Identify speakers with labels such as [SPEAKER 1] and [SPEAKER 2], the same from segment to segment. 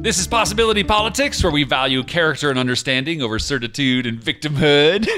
[SPEAKER 1] This is Possibility Politics, where we value character and understanding over certitude and victimhood.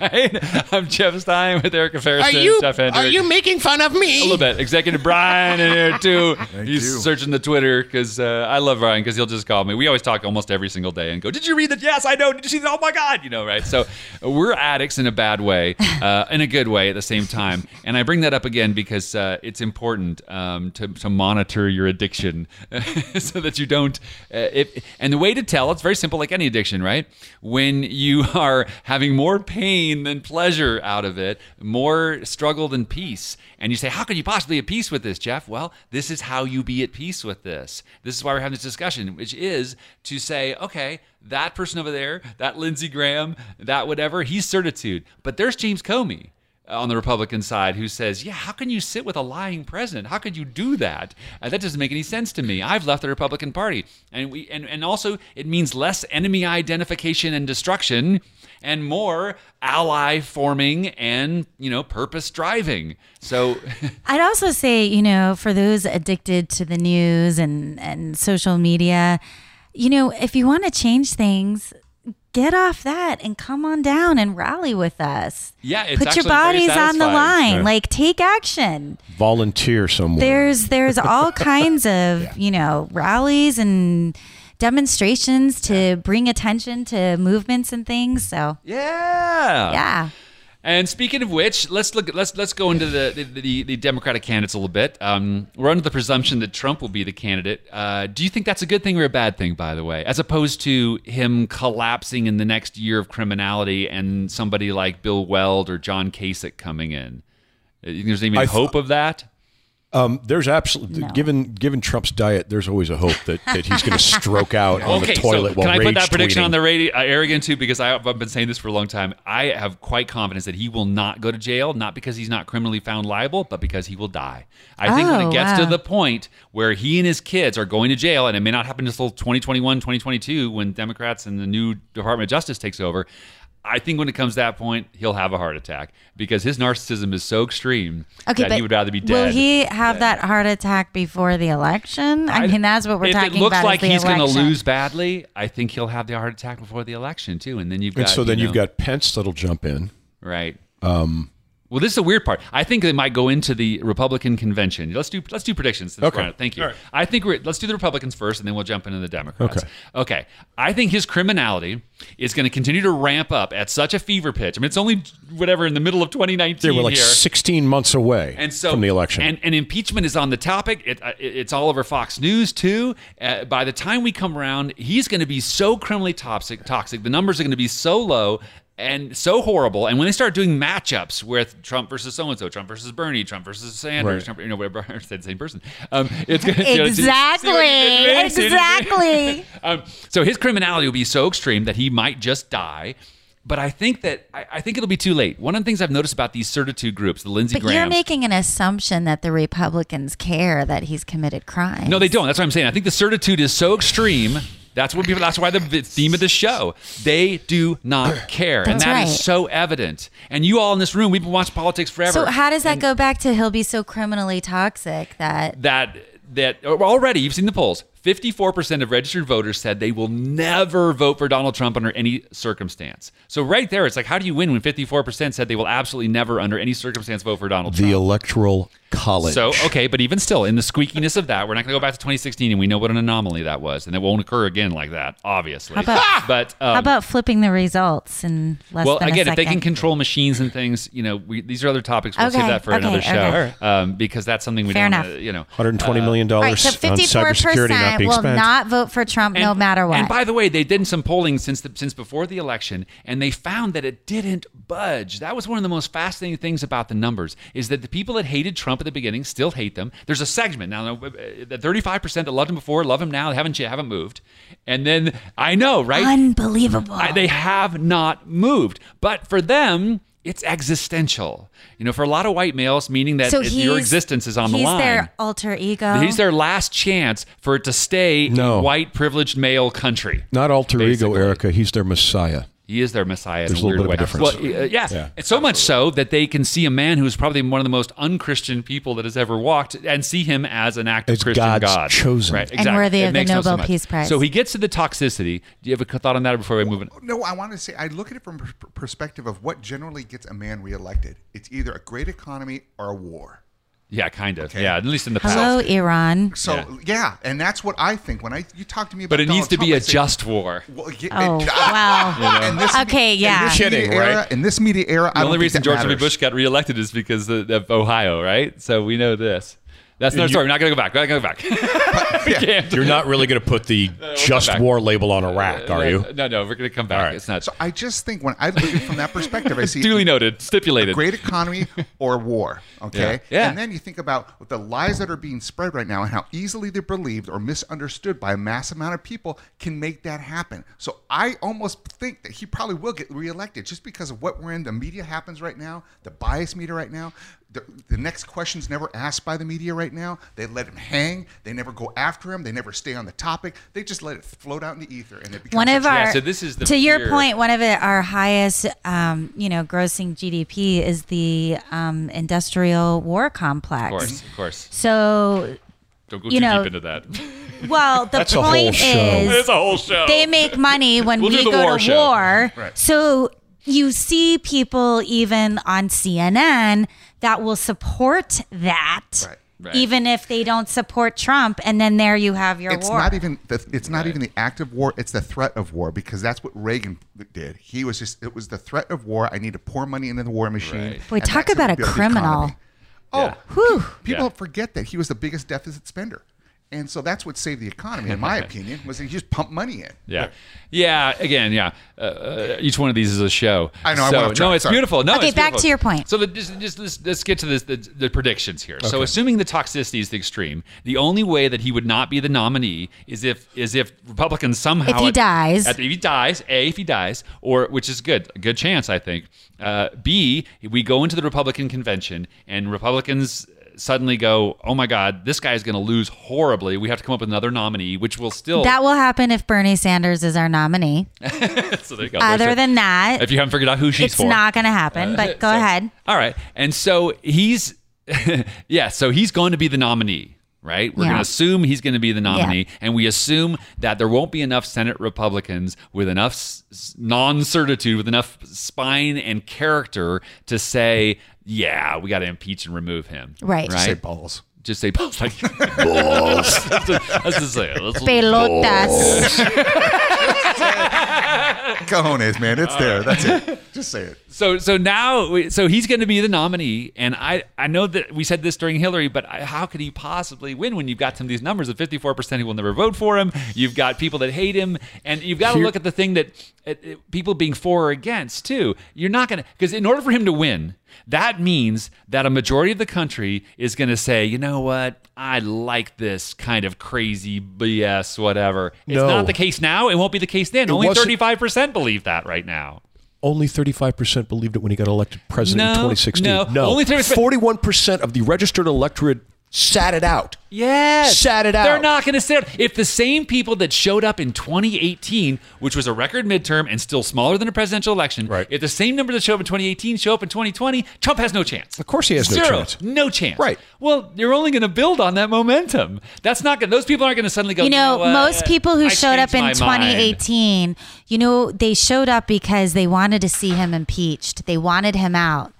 [SPEAKER 1] right? I'm Jeff Stein with Erica Ferris.
[SPEAKER 2] Are you
[SPEAKER 1] Jeff Hendrick.
[SPEAKER 2] are you making fun of me?
[SPEAKER 1] A little bit. Executive Brian in here too. He's
[SPEAKER 3] you.
[SPEAKER 1] searching the Twitter because uh, I love Brian because he'll just call me. We always talk almost every single day and go, "Did you read that? Yes, I know. Did you see that? Oh my god!" You know, right? So we're addicts in a bad way, uh, in a good way at the same time. And I bring that up again because uh, it's important um, to to monitor your addiction so that you don't. Uh, if, and the way to tell it's very simple, like any addiction, right? When you are having more pain than pleasure out of it, more struggle than peace. And you say, How could you possibly be at peace with this, Jeff? Well, this is how you be at peace with this. This is why we're having this discussion, which is to say, Okay, that person over there, that Lindsey Graham, that whatever, he's certitude. But there's James Comey on the Republican side who says, "Yeah, how can you sit with a lying president? How could you do that? Uh, that doesn't make any sense to me. I've left the Republican Party, and we and, and also it means less enemy identification and destruction, and more ally forming and you know purpose driving. So
[SPEAKER 4] I'd also say, you know, for those addicted to the news and, and social media, you know, if you want to change things, get off that and come on down and rally with us.
[SPEAKER 1] yeah, it's
[SPEAKER 4] Put your
[SPEAKER 1] actually very
[SPEAKER 4] bodies on the
[SPEAKER 1] satisfying.
[SPEAKER 4] line.
[SPEAKER 3] Yeah.
[SPEAKER 4] Like take action.
[SPEAKER 3] Volunteer somewhere.
[SPEAKER 4] There's there's all kinds of, you know, rallies and demonstrations to bring attention to movements and things. So
[SPEAKER 1] Yeah.
[SPEAKER 4] yeah.
[SPEAKER 1] And speaking of which, let's look. Let's let's go into the the, the, the Democratic candidates a little bit. Um, we're under the presumption that Trump will be the candidate. Uh, do you think that's a good thing or a bad thing, by the way, as opposed to him collapsing in the next year of criminality and somebody like Bill Weld or John Kasich coming in? Uh, you think There's even
[SPEAKER 3] I th-
[SPEAKER 1] hope of that.
[SPEAKER 3] um, there's absolutely
[SPEAKER 4] No.
[SPEAKER 3] given given Trump's diet. There's always a hope that, that he's going to stroke out on the toilet
[SPEAKER 1] so
[SPEAKER 3] while
[SPEAKER 1] can I
[SPEAKER 3] rage
[SPEAKER 1] put that prediction on
[SPEAKER 3] tweeting.
[SPEAKER 1] the radio uh, arrogant too? Because I, I've been saying this for a long time. I have quite confidence that he will not go to jail, not because he's not criminally found liable, but because he will die. I think when
[SPEAKER 4] Oh,
[SPEAKER 1] it gets to
[SPEAKER 4] wow.
[SPEAKER 1] the point where he and his kids are going to jail, and it may not happen until 2021, 2022, when Democrats and the new Department of Justice takes over. I think when it comes to that point, he'll have a heart attack because his narcissism is so extreme
[SPEAKER 4] Okay,
[SPEAKER 1] that
[SPEAKER 4] but
[SPEAKER 1] he would rather be dead.
[SPEAKER 4] Will he have that heart attack before the election? I, mean, that's what we're
[SPEAKER 1] if
[SPEAKER 4] talking
[SPEAKER 1] it looks
[SPEAKER 4] about. is
[SPEAKER 1] like
[SPEAKER 4] the
[SPEAKER 1] he's gonna
[SPEAKER 4] election.
[SPEAKER 1] lose badly, I think he'll have the heart attack before the election too, and then you've got.
[SPEAKER 3] and so then
[SPEAKER 1] you
[SPEAKER 3] you've
[SPEAKER 1] know,
[SPEAKER 3] got Pence that'll jump in.
[SPEAKER 1] right. Um, well, this is the weird part. I think they might go into the Republican convention. Let's do let's do predictions. since we're
[SPEAKER 3] Okay.
[SPEAKER 1] on it. Thank you. I think we're let's do the Republicans first, and then we'll jump into the Democrats.
[SPEAKER 3] Okay.
[SPEAKER 1] Okay. I think his criminality is going to continue to ramp up at such a fever pitch. I mean, it's only whatever in the middle of 2019.
[SPEAKER 3] They were like
[SPEAKER 1] here.
[SPEAKER 3] 16 months away
[SPEAKER 1] and so
[SPEAKER 3] from the election.
[SPEAKER 1] And, and impeachment is on the topic. It, uh, it- it's all over Fox News too. Uh, by the time we come around, he's going to be so criminally toxic. Toxic. The numbers are going to be so low and so horrible. And when they start doing matchups with Trump versus so and so, Trump versus Bernie, Trump versus Sanders,
[SPEAKER 3] Right.
[SPEAKER 1] Trump, you know, whatever, I said the same person. Um, it's gonna, you know, see- see what you
[SPEAKER 4] Exactly.
[SPEAKER 1] did there? See what you did there?
[SPEAKER 4] exactly.
[SPEAKER 1] Um, so his criminality will be so extreme that he might just die. But I think that I, I think it'll be too late. One of the things I've noticed about these certitude groups, the Lindsey
[SPEAKER 4] But
[SPEAKER 1] Graham,
[SPEAKER 4] you're making an assumption that the Republicans care that he's committed crime.
[SPEAKER 1] No, they don't. That's what I'm saying. I think the certitude is so extreme. That's what people. That's why the v- theme of the show. They do not care, and
[SPEAKER 4] That's
[SPEAKER 1] that is
[SPEAKER 4] right.
[SPEAKER 1] so evident. And you all in this room, we've been watching politics forever.
[SPEAKER 4] So how does that go back to he'll be so criminally toxic that
[SPEAKER 1] that that oh, already you've seen the polls. 54% of registered voters said they will never vote for Donald Trump under any circumstance. So right there, it's like, how do you win when 54% said they will absolutely never, under any circumstance, vote for Donald
[SPEAKER 3] the
[SPEAKER 1] Trump?
[SPEAKER 3] Electoral College.
[SPEAKER 1] So okay, but even still, in the squeakiness of that, we're not going to go back to 2016, and we know what an anomaly that was, and it won't occur again like that, obviously.
[SPEAKER 4] about-
[SPEAKER 1] but um,
[SPEAKER 4] how about flipping the results in less
[SPEAKER 1] well,
[SPEAKER 4] than
[SPEAKER 1] again,
[SPEAKER 4] a
[SPEAKER 1] if they
[SPEAKER 4] second?
[SPEAKER 1] can control machines and things, you know, we, these are other topics. We'll save
[SPEAKER 4] Okay,
[SPEAKER 1] that for
[SPEAKER 4] okay,
[SPEAKER 1] another
[SPEAKER 4] okay.
[SPEAKER 1] show
[SPEAKER 4] Alright.
[SPEAKER 1] um, because that's something we
[SPEAKER 4] Fair
[SPEAKER 1] don't.
[SPEAKER 4] enough.
[SPEAKER 1] Uh, you know,
[SPEAKER 3] 120 million
[SPEAKER 4] All
[SPEAKER 3] dollars
[SPEAKER 4] right, so
[SPEAKER 3] on cybersecurity not
[SPEAKER 4] 54%
[SPEAKER 3] being
[SPEAKER 4] will
[SPEAKER 3] spent.
[SPEAKER 4] not vote for Trump no
[SPEAKER 1] And-
[SPEAKER 4] matter what.
[SPEAKER 1] And by the way, they did some polling since the, since before the election, and they found that it didn't budge. That was one of the most fascinating things about the numbers is that the people that hated Trump at the beginning still hate them. There's a segment now, uh, the 35 percent that loved him before love him now. They haven't haven't moved, and then I know right.
[SPEAKER 4] Unbelievable.
[SPEAKER 1] I, they have not moved, but for them. It's existential, you know, for a lot of white males, meaning that
[SPEAKER 4] so
[SPEAKER 1] it-
[SPEAKER 4] he's,
[SPEAKER 1] your existence is on the
[SPEAKER 4] he's
[SPEAKER 1] line.
[SPEAKER 4] their alter ego.
[SPEAKER 1] He's their last chance for it to stay
[SPEAKER 3] No.
[SPEAKER 1] in white privileged male country.
[SPEAKER 3] Not alter ego,
[SPEAKER 1] Basically.
[SPEAKER 3] Erica. He's their messiah.
[SPEAKER 1] He is their Messiah.
[SPEAKER 3] There's
[SPEAKER 1] in
[SPEAKER 3] a little
[SPEAKER 1] weird
[SPEAKER 3] bit of
[SPEAKER 1] way.
[SPEAKER 3] difference.
[SPEAKER 1] Well, uh, yeah.
[SPEAKER 3] Yeah.
[SPEAKER 1] And so much so that they can see a man who's probably one of the most unchristian people that has ever walked and see him as an active
[SPEAKER 3] As
[SPEAKER 1] Christian
[SPEAKER 3] God's
[SPEAKER 1] God.
[SPEAKER 3] chosen.
[SPEAKER 1] Right,
[SPEAKER 4] And
[SPEAKER 1] exactly.
[SPEAKER 4] worthy
[SPEAKER 1] It
[SPEAKER 4] of the
[SPEAKER 1] makes no
[SPEAKER 4] Nobel
[SPEAKER 1] much.
[SPEAKER 4] Peace Prize.
[SPEAKER 1] So he gets to the toxicity. Do you have a thought on that before we move on?
[SPEAKER 2] No, I want to say I look at it from per- perspective of what generally gets a man reelected. It's either a great economy or a war.
[SPEAKER 1] Yeah, kind of. Yeah, at least in the past.
[SPEAKER 4] Hello, Iran.
[SPEAKER 2] So
[SPEAKER 1] Yeah.
[SPEAKER 2] yeah, and that's what I think when I you talk to me about.
[SPEAKER 1] But it
[SPEAKER 2] Donald
[SPEAKER 1] needs to
[SPEAKER 2] Trump,
[SPEAKER 1] be
[SPEAKER 2] I
[SPEAKER 1] a
[SPEAKER 2] say,
[SPEAKER 1] just war.
[SPEAKER 2] Well, yeah,
[SPEAKER 4] Oh,
[SPEAKER 2] it-
[SPEAKER 4] wow.
[SPEAKER 2] and this-
[SPEAKER 4] Okay,
[SPEAKER 2] in
[SPEAKER 4] yeah.
[SPEAKER 2] this
[SPEAKER 3] You're
[SPEAKER 2] media
[SPEAKER 3] kidding,
[SPEAKER 2] era-
[SPEAKER 3] right?
[SPEAKER 2] In this media era, I
[SPEAKER 1] The
[SPEAKER 2] don't
[SPEAKER 1] only
[SPEAKER 2] think
[SPEAKER 1] reason
[SPEAKER 2] that
[SPEAKER 1] George W.
[SPEAKER 2] matters.
[SPEAKER 1] Bush got reelected is because of, of Ohio, right? So we know this. That's another
[SPEAKER 3] You-
[SPEAKER 1] story. We're not going to go back. We're not going to go back. We can't.
[SPEAKER 3] You're not really going to put the just
[SPEAKER 1] back.
[SPEAKER 3] war label on Iraq, are you?
[SPEAKER 1] No, no, we're going to come back.
[SPEAKER 3] right.
[SPEAKER 1] It's not.
[SPEAKER 2] So I just think when I look at it from that perspective, I see
[SPEAKER 1] duly noted, stipulated.
[SPEAKER 2] great economy or war. Okay.
[SPEAKER 1] Yeah. Yeah.
[SPEAKER 2] And then you think about the lies that are being spread right now and how easily they're believed or misunderstood by a mass amount of people can make that happen. So I almost think that he probably will get reelected just because of what we're in. The media happens right now, the bias media right now. The, the next question's never asked by the media right now. They let him hang. They never go after him. They never stay on the topic. They just let it float out in the ether and it becomes
[SPEAKER 4] One
[SPEAKER 2] a
[SPEAKER 4] of
[SPEAKER 1] Yeah,
[SPEAKER 4] our
[SPEAKER 1] so this is the
[SPEAKER 4] to
[SPEAKER 1] fear.
[SPEAKER 4] your point, one of it, our highest, um, you know, grossing GDP is the um, industrial war complex.
[SPEAKER 1] Of course, of course.
[SPEAKER 4] So,
[SPEAKER 1] Don't go too
[SPEAKER 4] You know-
[SPEAKER 1] deep into that.
[SPEAKER 4] well, the
[SPEAKER 3] That's a whole
[SPEAKER 4] point
[SPEAKER 3] show.
[SPEAKER 1] it's
[SPEAKER 4] is
[SPEAKER 1] a whole show.
[SPEAKER 4] they make money when
[SPEAKER 1] We'll do
[SPEAKER 4] we
[SPEAKER 1] the
[SPEAKER 4] go
[SPEAKER 1] war
[SPEAKER 4] to
[SPEAKER 1] show.
[SPEAKER 4] war.
[SPEAKER 2] Right.
[SPEAKER 4] So you see people even on CNN that will support that.
[SPEAKER 2] Right.
[SPEAKER 1] Right.
[SPEAKER 4] Even if they don't support Trump, and then there you have your
[SPEAKER 2] it's
[SPEAKER 4] war.
[SPEAKER 2] not even the, it's not even the act of war it's the threat of war because that's what reagan did he was just it was the threat of war i need to pour money into the war machine
[SPEAKER 1] Right.
[SPEAKER 4] Boy,
[SPEAKER 2] and
[SPEAKER 4] talk
[SPEAKER 2] that's
[SPEAKER 4] about
[SPEAKER 2] how
[SPEAKER 4] a
[SPEAKER 2] we build the
[SPEAKER 4] criminal.
[SPEAKER 2] economy. oh
[SPEAKER 1] Yeah.
[SPEAKER 4] Whew.
[SPEAKER 2] people
[SPEAKER 1] Yeah.
[SPEAKER 2] forget that he was the biggest deficit spender and so that's what saved the economy in my opinion was that he just pumped money in
[SPEAKER 1] Yeah, yeah. Again, yeah. Uh, Uh, each one of these is a show.
[SPEAKER 2] I know, I
[SPEAKER 1] So,
[SPEAKER 2] went off track,
[SPEAKER 1] no, it's
[SPEAKER 2] sorry.
[SPEAKER 1] beautiful. No,
[SPEAKER 4] Okay,
[SPEAKER 1] it's
[SPEAKER 4] back
[SPEAKER 1] beautiful.
[SPEAKER 4] to your point.
[SPEAKER 1] So the, just, just let's, let's get to this, the, the predictions here. So assuming the toxicity is the extreme, the only way that he would not be the nominee is if is if Republicans somehow
[SPEAKER 4] If he dies.
[SPEAKER 1] at- if he dies, a if he dies, or which is good, a good chance I think. Uh, B we go into the Republican convention and Republicans. Suddenly go, oh my God! This guy is going to lose horribly. We have to come up with another nominee, which will still.
[SPEAKER 4] That will happen if Bernie Sanders is our nominee.
[SPEAKER 1] so there you go. There's
[SPEAKER 4] Other
[SPEAKER 1] it.
[SPEAKER 4] than that,
[SPEAKER 1] if you haven't figured out who she's
[SPEAKER 4] it's
[SPEAKER 1] for.
[SPEAKER 4] not going to happen. but go
[SPEAKER 1] So-
[SPEAKER 4] ahead.
[SPEAKER 1] All right. And so he's, yeah, so he's going to be the nominee, right? We're
[SPEAKER 4] Yeah.
[SPEAKER 1] going to assume he's going to be the nominee.
[SPEAKER 4] Yeah.
[SPEAKER 1] And we assume that there won't be enough Senate Republicans with enough non certitude, with enough spine and character to say, yeah, we got to impeach and remove him.
[SPEAKER 4] Right.
[SPEAKER 1] Right.
[SPEAKER 2] say balls
[SPEAKER 1] Just say balls. Like, that's, that's just say it. Let's-
[SPEAKER 4] Pelotas.
[SPEAKER 1] Oh.
[SPEAKER 2] cojones man it's there that's it just say it
[SPEAKER 1] So so now we- so he's going to be the nominee, and I I know that we said this during Hillary, but I, how could he possibly win when you've got some of these numbers of fifty four percent who will never vote for him? You've got people that hate him, and you've got to look at the thing that at, at people being for or against too. You're not going to because in order for him to win, that means that a majority of the country is going to say, you know what, I like this kind of crazy BS, whatever. It's
[SPEAKER 3] No.
[SPEAKER 1] not the case now. It won't be the case then. Only
[SPEAKER 3] wasn't-
[SPEAKER 1] thirty five percent believe that right now.
[SPEAKER 3] Only 35% believed it when he got elected president
[SPEAKER 1] No,
[SPEAKER 3] in 2016.
[SPEAKER 1] no. Only 35%
[SPEAKER 3] 41% of the registered electorate sat it out.
[SPEAKER 1] Yes.
[SPEAKER 3] Sat it
[SPEAKER 1] They're
[SPEAKER 3] out.
[SPEAKER 1] not going to sit out. If the same people that showed up in 2018, which was a record midterm and still smaller than a presidential election,
[SPEAKER 3] Right.
[SPEAKER 1] if the same number that showed up in 2018 show up in 2020, Trump has no chance.
[SPEAKER 3] Of course he has no
[SPEAKER 1] Zero.
[SPEAKER 3] chance.
[SPEAKER 1] No chance.
[SPEAKER 3] Right.
[SPEAKER 1] Well, you're only going to build on that momentum. That's not going to, those people aren't going to suddenly go,
[SPEAKER 4] You know,
[SPEAKER 1] what?
[SPEAKER 4] most people who
[SPEAKER 1] I
[SPEAKER 4] showed up
[SPEAKER 1] changed my
[SPEAKER 4] in
[SPEAKER 1] mind."
[SPEAKER 4] 2018, you know, they showed up because they wanted to see him impeached. They wanted him out.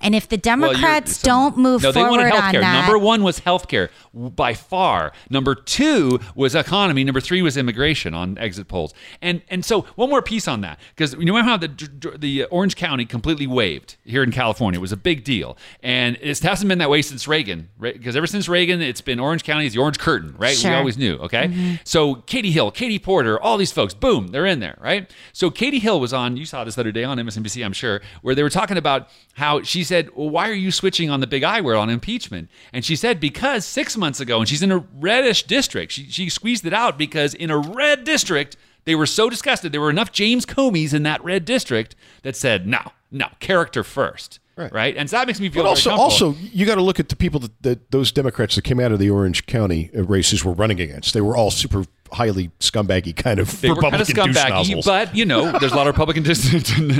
[SPEAKER 4] And if the
[SPEAKER 1] Well, you're-
[SPEAKER 4] Democrats
[SPEAKER 1] some-
[SPEAKER 4] don't move
[SPEAKER 1] no, they
[SPEAKER 4] forward
[SPEAKER 1] wanted
[SPEAKER 4] on
[SPEAKER 1] healthcare.
[SPEAKER 4] that,
[SPEAKER 1] Number one was healthcare w- by far. Number two was economy. Number three was immigration on exit polls. And and so one more piece on that because you know how the dr- dr- the Orange County completely waived here in California it was a big deal, and it hasn't been that way since Reagan. Because ever since Reagan, it's been Orange County is the orange curtain, right?
[SPEAKER 4] Sure.
[SPEAKER 1] We always knew. Okay,
[SPEAKER 3] Mm-hmm.
[SPEAKER 1] so Katie Hill, Katie Porter, all these folks, boom, they're in there, right? So Katie Hill was on. You saw this the other day on MSNBC, I'm sure, where they were talking about how she said, "Well, why are you switching on the big I word on impeachment?" And she said because six months ago, and she's in a reddish district. She she squeezed it out because in a red district. They were so disgusted. There were enough James Comeys in that red district that said, "No, no, character first, right?"
[SPEAKER 3] Right.
[SPEAKER 1] And so that makes me feel
[SPEAKER 3] But
[SPEAKER 1] very
[SPEAKER 3] also,
[SPEAKER 1] comfortable.
[SPEAKER 3] also, you got to look at the people that, that those Democrats that came out of the Orange County uh, races were running against. They were all super highly scumbaggy kind of
[SPEAKER 1] They
[SPEAKER 3] Republican
[SPEAKER 1] were kind of
[SPEAKER 3] douche
[SPEAKER 1] scumbaggy,
[SPEAKER 3] nozzles.
[SPEAKER 1] but you know, there's a lot of Republican dis-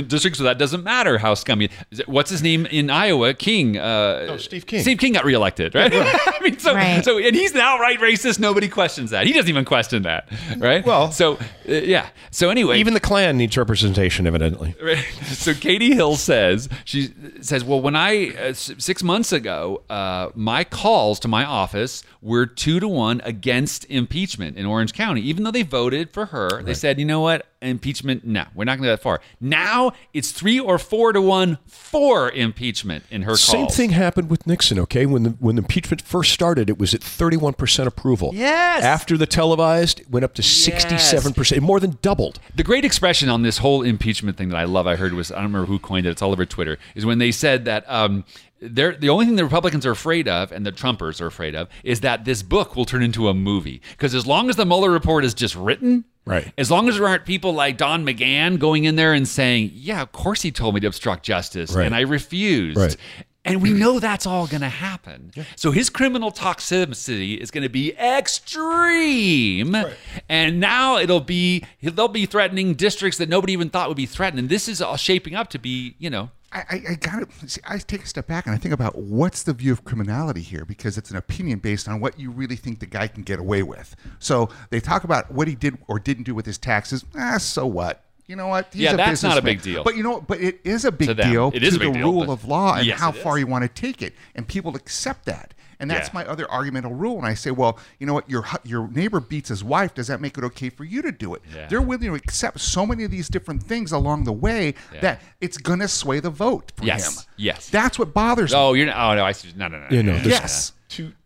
[SPEAKER 1] districts, so that doesn't matter how scummy. is it- What's his name in Iowa? King. Uh,
[SPEAKER 3] Oh, Steve King.
[SPEAKER 1] Steve King got reelected, right? I mean, so,
[SPEAKER 4] Right.
[SPEAKER 1] so, and he's an outright racist. Nobody questions that. He doesn't even question that, right?
[SPEAKER 3] Well-
[SPEAKER 1] so uh, yeah. So anyway,
[SPEAKER 3] Even the Klan needs representation, evidently.
[SPEAKER 1] Right. so Katie Hill says she says, "Well, when I uh, s- six months ago, uh, my calls to my office were two to one against impeachment in Orange County, even though they voted for her. They said, you know what, impeachment? No, we're not going to go that far. Now it's three or four to one for impeachment in her
[SPEAKER 3] Same
[SPEAKER 1] calls.
[SPEAKER 3] thing happened with Nixon. Okay, when the when the impeachment first started, it was at thirty one percent approval.
[SPEAKER 1] Yes.
[SPEAKER 3] After the televised, it went up to sixty seven percent. It more than doubled.
[SPEAKER 1] The great expression on this whole impeachment thing that I love, I heard was I don't remember who coined it. It's all over Twitter. Is when they said that um, they're the only thing the Republicans are afraid of, and the Trumpers are afraid of, is that this book will turn into a movie. Because as long as the Mueller report is just written.
[SPEAKER 3] Right.
[SPEAKER 1] As long as there aren't people like Don McGahn going in there and saying, "Yeah, of course he told me to obstruct justice,
[SPEAKER 3] Right.
[SPEAKER 1] and I refused,"
[SPEAKER 3] Right.
[SPEAKER 1] and we know that's all going to happen. So his criminal toxicity is going to be extreme. And now it'll be, they'll be threatening districts that nobody even thought would be threatened. And this is all shaping up to be, you know,
[SPEAKER 2] I, I, I got to see. I take a step back and I think about what's the view of criminality here because it's an opinion based on what you really think the guy can get away with. So they talk about what he did or didn't do with his taxes. Ah, so what? You know what? He's
[SPEAKER 1] Yeah, that's not a
[SPEAKER 2] businessman.
[SPEAKER 1] big deal.
[SPEAKER 2] But you know, what? but it is a big
[SPEAKER 1] To them.
[SPEAKER 2] deal
[SPEAKER 1] It is
[SPEAKER 2] to
[SPEAKER 1] a big
[SPEAKER 2] the
[SPEAKER 1] deal,
[SPEAKER 2] rule
[SPEAKER 1] but-
[SPEAKER 2] of law and
[SPEAKER 1] Yes,
[SPEAKER 2] how
[SPEAKER 1] it
[SPEAKER 2] far
[SPEAKER 1] is.
[SPEAKER 2] you want to take it, and people accept that. And that's
[SPEAKER 1] Yeah.
[SPEAKER 2] my other argumental rule. And I say, well, you know what? Your hu- your neighbor beats his wife. Does that make it okay for you to do it?
[SPEAKER 1] Yeah.
[SPEAKER 2] They're willing to accept so many of these different things along the way that it's going to sway the vote for
[SPEAKER 1] Yes.
[SPEAKER 2] him.
[SPEAKER 1] Yes.
[SPEAKER 2] That's what bothers me.
[SPEAKER 1] oh, you're not, oh, no, I see. No, no, no.
[SPEAKER 3] You know, there's-
[SPEAKER 2] yes.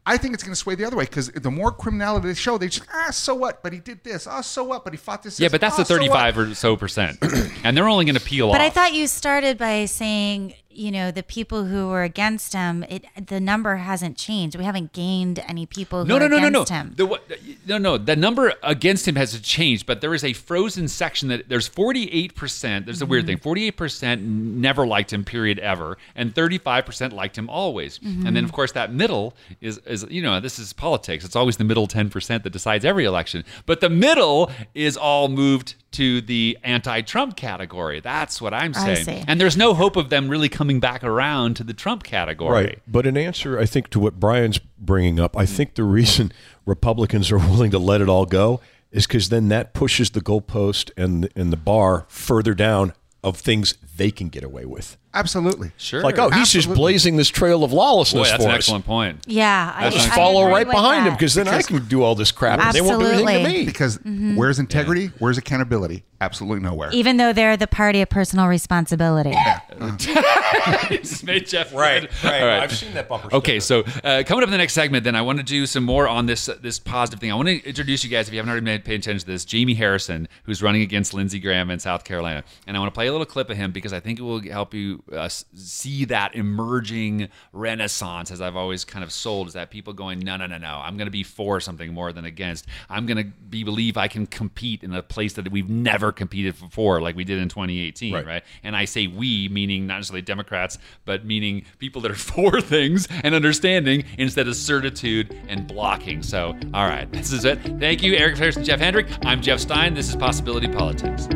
[SPEAKER 2] I think it's going to sway the other way because the more criminality they show, they just, ah, so what? But he did this. Ah, so what? But he fought this.
[SPEAKER 1] yeah,
[SPEAKER 2] this.
[SPEAKER 1] but that's
[SPEAKER 2] Ah,
[SPEAKER 1] the
[SPEAKER 2] so what?
[SPEAKER 1] 35 or so percent. and they're only going to peel off.
[SPEAKER 4] But I thought you started by saying, you know, the people who were against him, it the number hasn't changed. We haven't gained any people who
[SPEAKER 1] no,
[SPEAKER 4] are
[SPEAKER 1] no, no, no, no.
[SPEAKER 4] against him.
[SPEAKER 1] The, what, no, no. The number against him has changed, but there is a frozen section that there's 48%. There's a weird
[SPEAKER 4] Mm-hmm.
[SPEAKER 1] thing 48% never liked him, period, ever, and 35% liked him always. And
[SPEAKER 4] Mm-hmm.
[SPEAKER 1] then, of course, that middle is, is, you know, this is politics. It's always the middle 10% that decides every election. But the middle is all moved to the anti Trump category. That's what I'm
[SPEAKER 4] I
[SPEAKER 1] saying.
[SPEAKER 4] see.
[SPEAKER 1] And there's no hope of them really coming back around to the Trump category.
[SPEAKER 3] Right. But in answer, I think to what Brian's bringing up,
[SPEAKER 1] Mm.
[SPEAKER 3] I think the reason Republicans are willing to let it all go is because then that pushes the goalpost and and the bar further down of things they can get away with.
[SPEAKER 2] Absolutely.
[SPEAKER 1] Sure.
[SPEAKER 3] Like, oh, he's just
[SPEAKER 2] Absolutely.
[SPEAKER 3] blazing this trail of
[SPEAKER 1] Boy,
[SPEAKER 3] lawlessness
[SPEAKER 1] that's
[SPEAKER 3] for
[SPEAKER 1] an
[SPEAKER 3] us.
[SPEAKER 1] excellent point.
[SPEAKER 4] yeah, I,
[SPEAKER 3] Just
[SPEAKER 4] I
[SPEAKER 3] follow
[SPEAKER 4] agree
[SPEAKER 3] right
[SPEAKER 4] with
[SPEAKER 3] behind him
[SPEAKER 4] that.
[SPEAKER 3] because then I can do all this crap and they won't do anything to
[SPEAKER 4] Absolutely.
[SPEAKER 3] me.
[SPEAKER 2] Because where's integrity? Where's accountability? Absolutely nowhere.
[SPEAKER 4] even though they're the party of personal responsibility.
[SPEAKER 1] Just made Jeff
[SPEAKER 3] right.
[SPEAKER 1] All right.
[SPEAKER 3] I've seen that bumper.
[SPEAKER 1] Okay, so uh, coming up in the next segment, then I want to do some more on this uh, this positive thing. I want to introduce you guys, if you haven't already been paying attention to this, Jamie Harrison, who's running against Lindsey Graham in South Carolina, and I want to play a little clip of him because I think it will help you uh, s- see that emerging renaissance, as I've always kind of sold, is that people going, no, no, no, no, I'm going to be for something more than against. I'm going to be believe I can compete in a place that we've never competed before, like we did in 2018, right?
[SPEAKER 3] Right.
[SPEAKER 1] And I say we, meaning not necessarily Democrats, but meaning people that are for things and understanding instead of certitude and blocking. So, all right, this is it. Thank you, Eric Harrison, Jeff Hendrick. I'm Jeff Stein. This is Possibility Politics.